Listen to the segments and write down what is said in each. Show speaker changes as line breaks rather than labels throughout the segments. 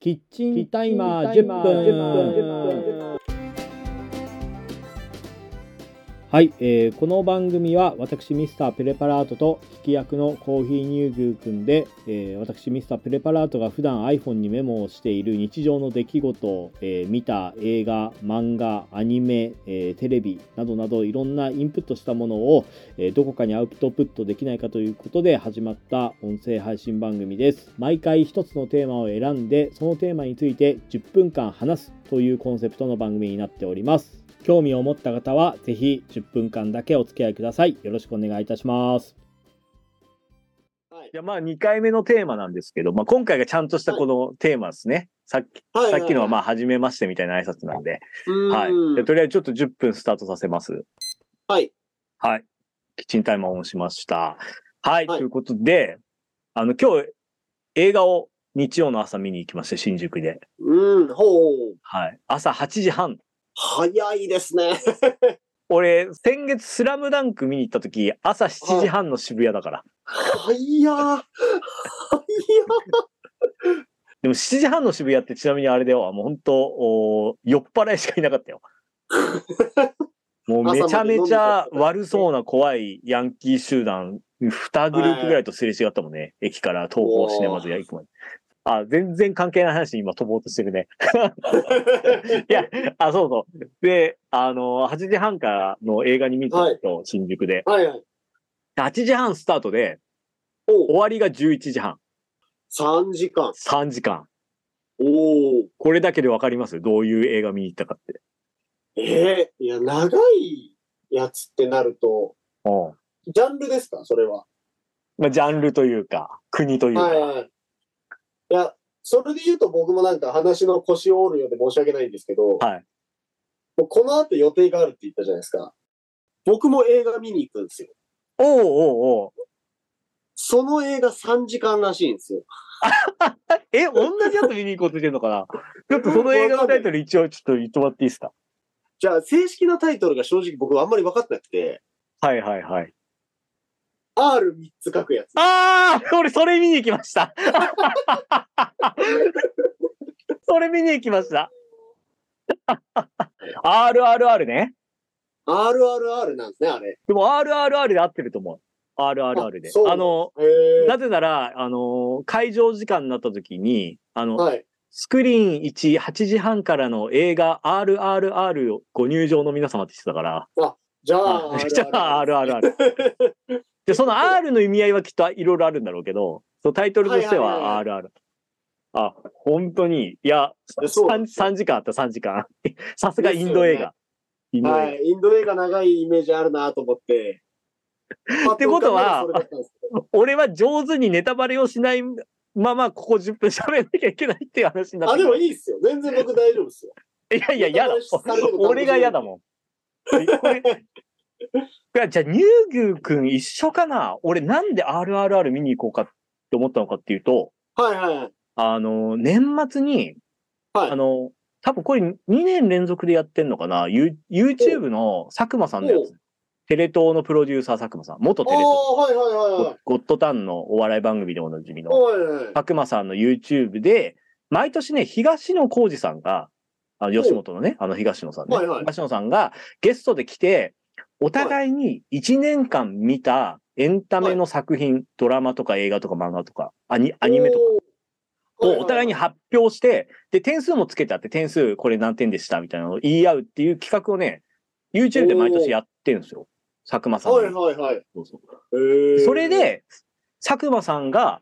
キッチンタイマー10分。はい、えーこの番組は私ミスタープレパラートと引き役のコーヒー乳牛くんで、えー私ミスタープレパラートが普段 iPhone にメモをしている日常の出来事を、えー見た映画漫画アニメ、えーテレビなどなどいろんなインプットしたものを、えーどこかにアウトプットできないかということで始まった音声配信番組です毎回一つのテーマを選んでそのテーマについて10分間話すというコンセプトの番組になっております興味を持った方はぜひ10分間だけお付き合いくださいよろしくお願いいたします
じゃあまあ2回目のテーマなんですけど、まあ、今回がちゃんとしたこのテーマですね。さっき
はい
さっきのはまあ初めましてみたいな挨拶なんで。
うん
はい。じゃあとりあえずちょっと10分スタートさせます。
はい。
はい。キッチンタイマーオンしました。はい。
はい
ということで、あの今日映画を日曜の朝見に行きまして、新宿で。
うん、ほう。
はい。朝8時半。
早いですね。
俺、先月スラムダンク見に行った時、朝7時半の渋谷だから。
早や。早や。
でも7時半の渋谷ってちなみにあれだよ、もう本当、お酔っ払いしかいなかったよ。もうめちゃめちゃ悪そうな怖いヤンキー集団、2グループぐらいとすれ違ったもんね。駅から東方シネマズや行くまで。あ、全然関係ない話に今飛ぼうとしてるね。いや、あ、そうそう。で、あの、8時半からの映画に見たんですよ、新宿で。
はいはい。
8時半スタートで、終
おう
わりが11時半。
三時間。
3時間。
おお。
これだけでわかりますどういう映画見に行ったかって。
えー、いや、長いやつってなると、
うん。
ジャンルですかそれは。
まあ、ジャンルというか、国というか。
はいはい。いや、それで言うと僕もなんか話の腰を折るようで申し訳ないんですけど、
はい
もうこの後予定があるって言ったじゃないですか。僕も映画見に行くんですよ。
おうおうおう
その映画3時間らしいんですよ。
え、同じやつ見に行こうとしてるのか なちょっとその映画のタイトル一応ちょっと言ってもらっていいですか
じゃあ、正式なタイトルが正直僕はあんまり分かってなくて、
はいはいはい。
R3 つ書くやつ。
ああ俺それ見に行きました それ見に行きました RRR ね。
RRR なんですね、あれ。
でも RRR で合ってると思う。RRR で
あ。そう
あの、
へ
なぜなら、あの、会場時間になった時に、あの
ー、はい。
スクリーン1、8時半からの映画 RRR をご入場の皆様ってしてたから、
じゃあ、
あ じゃあ RRR。で、 その R の意味合いはきっといろいろあるんだろうけど、そのタイトルとして
はい
は
は
RR。あ、本当に、いや、
やそうな
3,
んですよ
時間あった、3時間。 さすがインド映画。インド映画。
はい。インド映画長いイメージあるなと思って。
ってことは
パッ浮かんだのそれだったんですけ
俺は上手にネタバレをしないまま、ここ10分喋んなきゃいけないっていう話にな
ど
っ
あ、
て
で
く
も
る。
いいっすよ。全然僕大丈夫ですよ。
いやいや、嫌だ
ネタバレされる。の
俺が嫌だもん。これいやじゃあ、乳牛くん一緒かな俺なんで RRR 見に行こうかって思ったのかっていうと、
はいはいはい。
あの、年末に、
はい
あの、多分これ2年連続でやってんのかなユ ?YouTube の佐久間さんのや
お
つ。テレ東のプロデューサー佐久間さん。元
あ
テ
あ
レ東。
ー、はいはいはいは
ゴ
い。
ゴッドタンのお笑い番組でおなじみの。
はいはいはい。
佐久間さんの YouTube で、毎年ね、東野幸治さんが、あの吉本のね、あの東野さんね、
はいはい
東野さんがゲストで来て、お互いに1年間見たエンタメの作品、ドラマとか映画とか漫画とか、アニアニメとか
おー。
をお互いに
は
発表して、で、点数もつけてあって、点数これ何点でしたみたいなのを言い合うっていう企画をね、YouTube で毎年やってるんですよ。佐久間さんの。
いはいはい。
そうそう
えー
それ、で、佐久間さんが、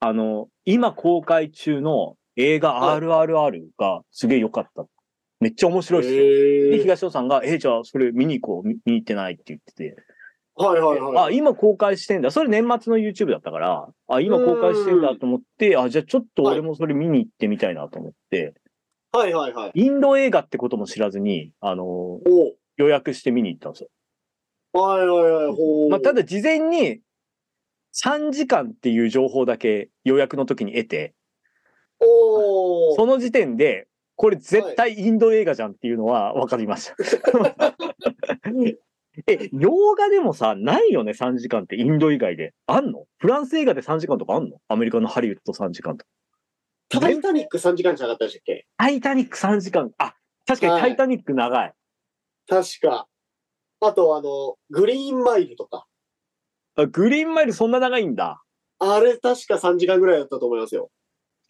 あの、今公開中の映画
はい
RRR がすげえ良かった。めっちゃ面白いっすよ。で、
えー
東野さんが、えじゃあそれ見に行こう。見見に行ってないって言ってて。
はいはいはい。
あ、今公開してんだ。それ年末の YouTube だったから、あ、今公開してんだと思って、あ、じゃあちょっと俺もそれ見に行ってみたいなと思って、
はいはいはい。
インド映画ってことも知らずに、あの、
おー
予約して見に行ったんですよ
はいはいはい。ほー
まあ、ただ事前に3時間っていう情報だけ予約の時に得て、
おー
その時点で、これ絶対インド映画じゃんっていうのは分かりました。 え、洋画でもさ、ないよね、3時間ってインド以外で。あんのフランス映画で3時間とかあんのアメリカのハリウッド3時間と
タイタニック3時間じゃなかったでしたっけ
タイタニック3時間。あ、確かにタイタニック長い。
確か。あと、あの、グリーンマイルとか。
あグリーンマイルそんな長いんだ。
あれ確か3時間ぐらいだったと思いますよ。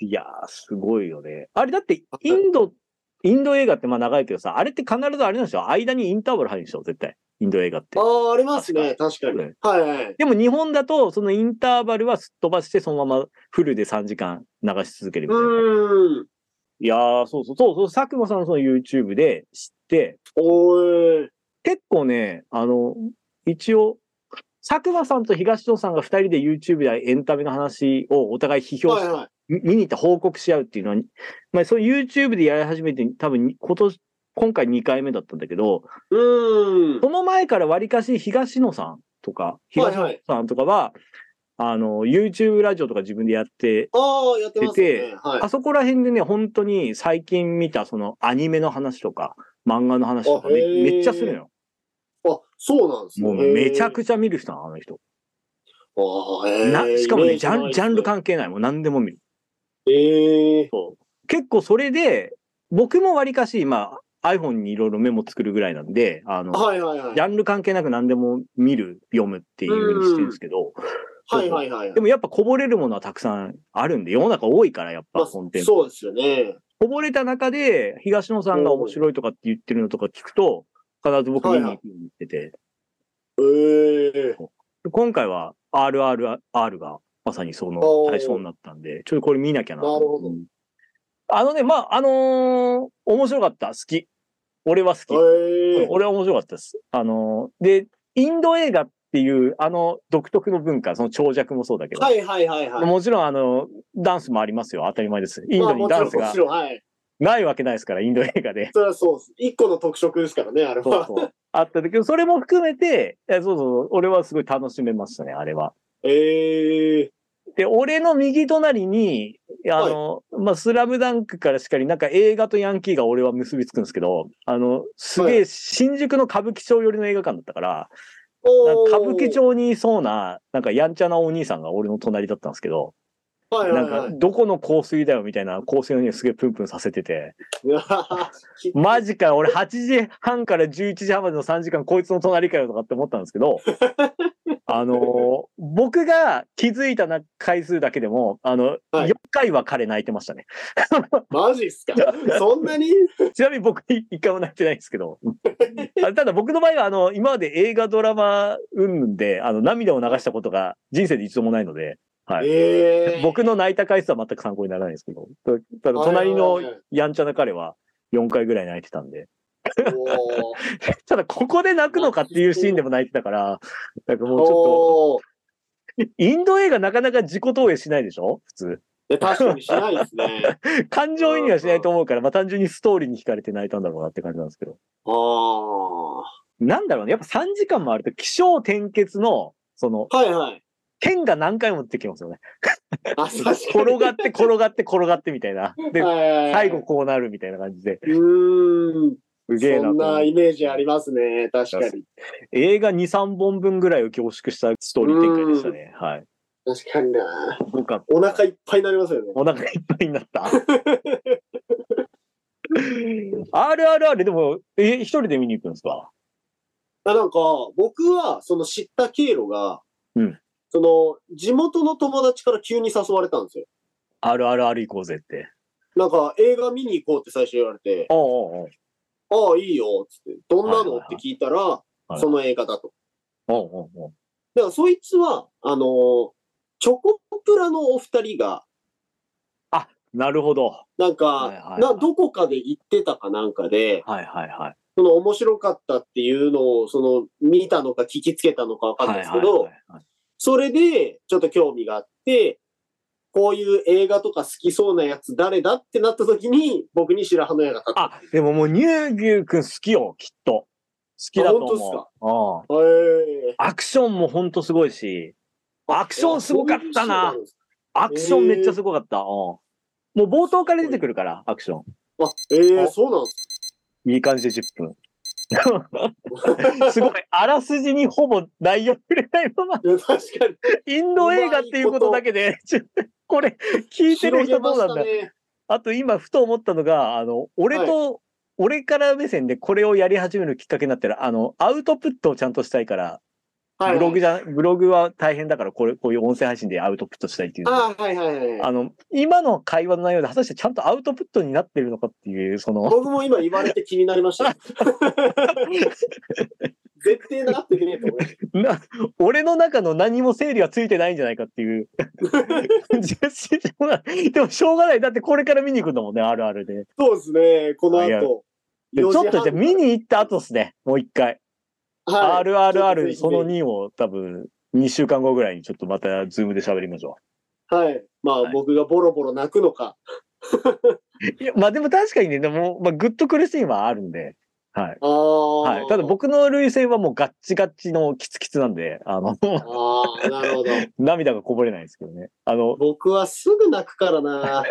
いやー、すごいよね。あれだって、インド、インド映画ってまあ長いけどさ、あれって必ずあれなんでしょ間にインターバル入るんでしょ絶対。インド映画って
あ。あ、ありますね。確かに。
うん
はいはい。
でも日本だと、そのインターバルはすっ飛ばして、そのままフルで3時間流し続けるみ
う
たいな。
ーん。
いやー、そうそう、そうそう、佐久間さんのその YouTube で知って、
おーい。
結構ね、あの、一応、佐久間さんと東野さんが2人で YouTube でエンタメの話をお互い批評し
はいはい。
み見に行って報告し合うっていうのは、まあ、そう YouTube でやり始めて、多分に今年、今回2回目だったんだけど、
うーん。
その前からわりかし東野さんとか、東野さんとかは、あの、YouTube ラジオとか自分でやって、
ああ、やってますよ
出
ね。はい。
あそこら辺でね、本当に最近見たそのアニメの話とか、漫画の話とか
あへ
め
ー
めっちゃするのよ。
あ、そうなんですね。
もうめちゃく
ち
ちゃ見る人なの、あの人。
ゃ。
なしかもねジャン、ジャンル
感。
関係ない。もう何でも見る。
ええ。
結構それで、僕もわりかし、まあ、iPhone にいろいろメモ作るぐらいなんで、あの、
はいはいはい。
ジャンル関係なく何でも見る、読むっていう風にしてるんですけど、
はいはいはい。
でもやっぱこぼれるものはたくさんあるんで、世の中多いからやっ
ま
ぱ
あ
コンテンツ。
そうですよね。
こぼれた中で、東野さんが面白いとかって言ってるのとか聞くと、必ず僕見に行くように言ってて、
ええ。
今回は RRR がまさにその
おー
対象になったんで、ちょっとこれ見なきゃな。
なるほど
あのね、まあ、あのー面白かった。好き。俺は好き。
ええ。
俺は面白かったです。あのーで、インド映画っていう、あの、独特の文化、その長尺もそうだけど、
はいはいはいはい。
もちろん、あの、ダンスもありますよ。当たり前です。インドにダンス
ま
が
あもちろん、もちろんはい。
ないわけないですから、インド映画 で。
それはそうです。一個の特色ですからね、あれ
そう
は。
そう。あったんだけど、それも含めて、えそうそう、俺はすごい楽しめましたね、あれは。
ええ。
で、俺の右隣に、あの、まあ、スラムダンクからしかり、なんか映画とヤンキーが俺は結びつくんですけど、あの、すげ
は
え新宿の歌舞伎町寄りの映画館だったから、なん
お
か歌
ー
舞伎。町にいそうな、なんかやんちゃなお兄さんが俺の隣だったんですけど、
はいは
ないんか
はい。
どこの香水だよみたいな香水の匂いすげえプンプンさせてて、 マジかよ、俺8時半から11時半までの3時間、こいつの隣かよとかって思ったんですけ ど、あのー僕が気づいたな回数だけでも、あの、
はい
4回は彼泣いてましたね。
マジっすか。そんなに
ちなみに僕、一回も泣いてないんですけ ど、あただ僕の場合は、あの、今まで映画、ドラマ、うんで、あの、涙を流したことが人生で一度もないので、はい
ええ。
僕の泣いた回数は全く参考にならないんですけど、ただ隣
はい
の
はい
やんちゃな彼は4回ぐらい泣いてたんで、
はいおー
ただここで泣くのかっていうシーンでも泣いてたから、なんかもうちょっ
おー。
と、インド映画なかなか自己投影しないでしょ普通。
いや確かにしないですね。
感情移入はしないと思うから、まあ単純にストーリーに惹かれて泣いたんだろうなって感じなんですけど。
ああ。は
なんだろうね、やっぱ3時間もあると気象転結の、その、
いはい。
剣が何回も出てきますよね。
あ、確かに。
転がって転がって転がってみたいな。で、
最
最後。こうなるみたいな感じで。
うーん。
すげえ
そ
なと
ん
思
な
う。
イメージありますね。確かに。
映画2、3本分ぐらいを凝縮したストーリー展開でしたね。はい。
確かにな。
すごかった
お腹いっぱいになります よね。
お腹いっぱいになった。RRR でも、え、一人で見に行くんですか
あなんか、僕は、その知った経路が、
うん
その、地元の友達から急に誘われたんですよ。
?RRR 行こうぜって。
なんか、映画見に行こうって最初言われて、
おうおう
ああ、いいよ、つって、どんなの
はいは
っ
い
て
はい
聞いたら
は、い
その映画だと。
おうおうおう
だから、そいつは、あのーチョコプラのお二人が、
なるほど。は
なんか、
はいはいはい
などこかで行ってたかなんかで、
いはいはい。
その面白かったっていうのを、その見たのか聞きつけたのかわかんないですけど、
はいはいはい
それでちょっと興味があって、こういう映画とか好きそうなやつ誰だってなった時に、僕に白羽の矢が立った。
あ、でももう、乳牛くん好きよ、きっと。好きだと
あ本当っすか
思う。うん
へー
アクションもほんとすごいし、アクションすごかったな。
そういう人
アクションめっちゃすごかった。うんもう冒頭から出てくるから、アクション。
なんですかあ、ええ
あ
そうなんです
いい感じで10分。すごい。あらすじにほぼ内容触れないまま、
かいや確かに。
インド映画っていうことだけで、 これ、聞いてる
広げ
人どう
まし
なん
た
だ、
ね。
あと今、ふと思ったのが、あの、俺と、俺から目線でこれをやり始めるきっかけになったら、あの、アウトプットをちゃんとしたいから、
はい。
ブログじゃ、ブログは大変だから、これ、こういう音声配信でアウトプットしたいっていうので。
ああ、はいはいはい。
あの、今の会話の内容で果たしてちゃんとアウトプットになってるのかっていう、そ の、
僕も今言われて気になりま した。絶対なってねえと思う。
な俺の中の何も整理はついてないんじゃないかっていう 感じがしてしょうがないでもしょうがない。だってこれから見に行くんだもんね、あるあるで。
そうですね、この
いや
後。
でち
4時
ょっ
半
とじゃあ見に行った後ですね、もう一回。
はい、ぜ
RRR
ひぜひ
その2を多分2週間後ぐらいにちょっとまたズームで喋りましょ
はい。まあ、
はい
僕がボロボロ泣くのか。
う。いや、まあでも確かにね、でも、まあグッとくるシーンはあるんで。はい。
ああ。
はい。ただ。僕の類線はもうガッチガッチのキツキツなんで、あの、
ああ、なるほど。
涙がこぼれないですけどね。あの、
僕はすぐ泣くからな。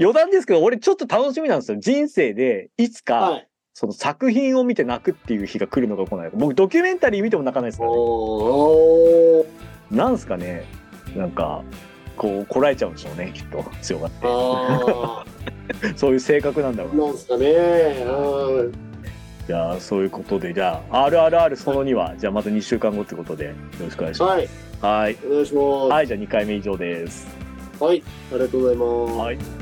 余談ですけど、俺ちょっと楽しみなんですよ。人生でいつか、
はい。
その作品を見て泣くっていう日が来るのか来ないのか僕ドキュメンタリー見ても泣かないですからね
おー
なんすかねなんかこうこらえちゃうんでしょうねきっと 強がって
あ
そういう性格なんだろ
あ、
うな
なんすかね。うん
じゃあそういうことでじゃあ「RRR」その2はじゃあまた2週間後ってことでよろしくお願いしま
はい。
すはい
お願いします。
はいじゃあ2回目以上です
はい。ありがとうございます。
はい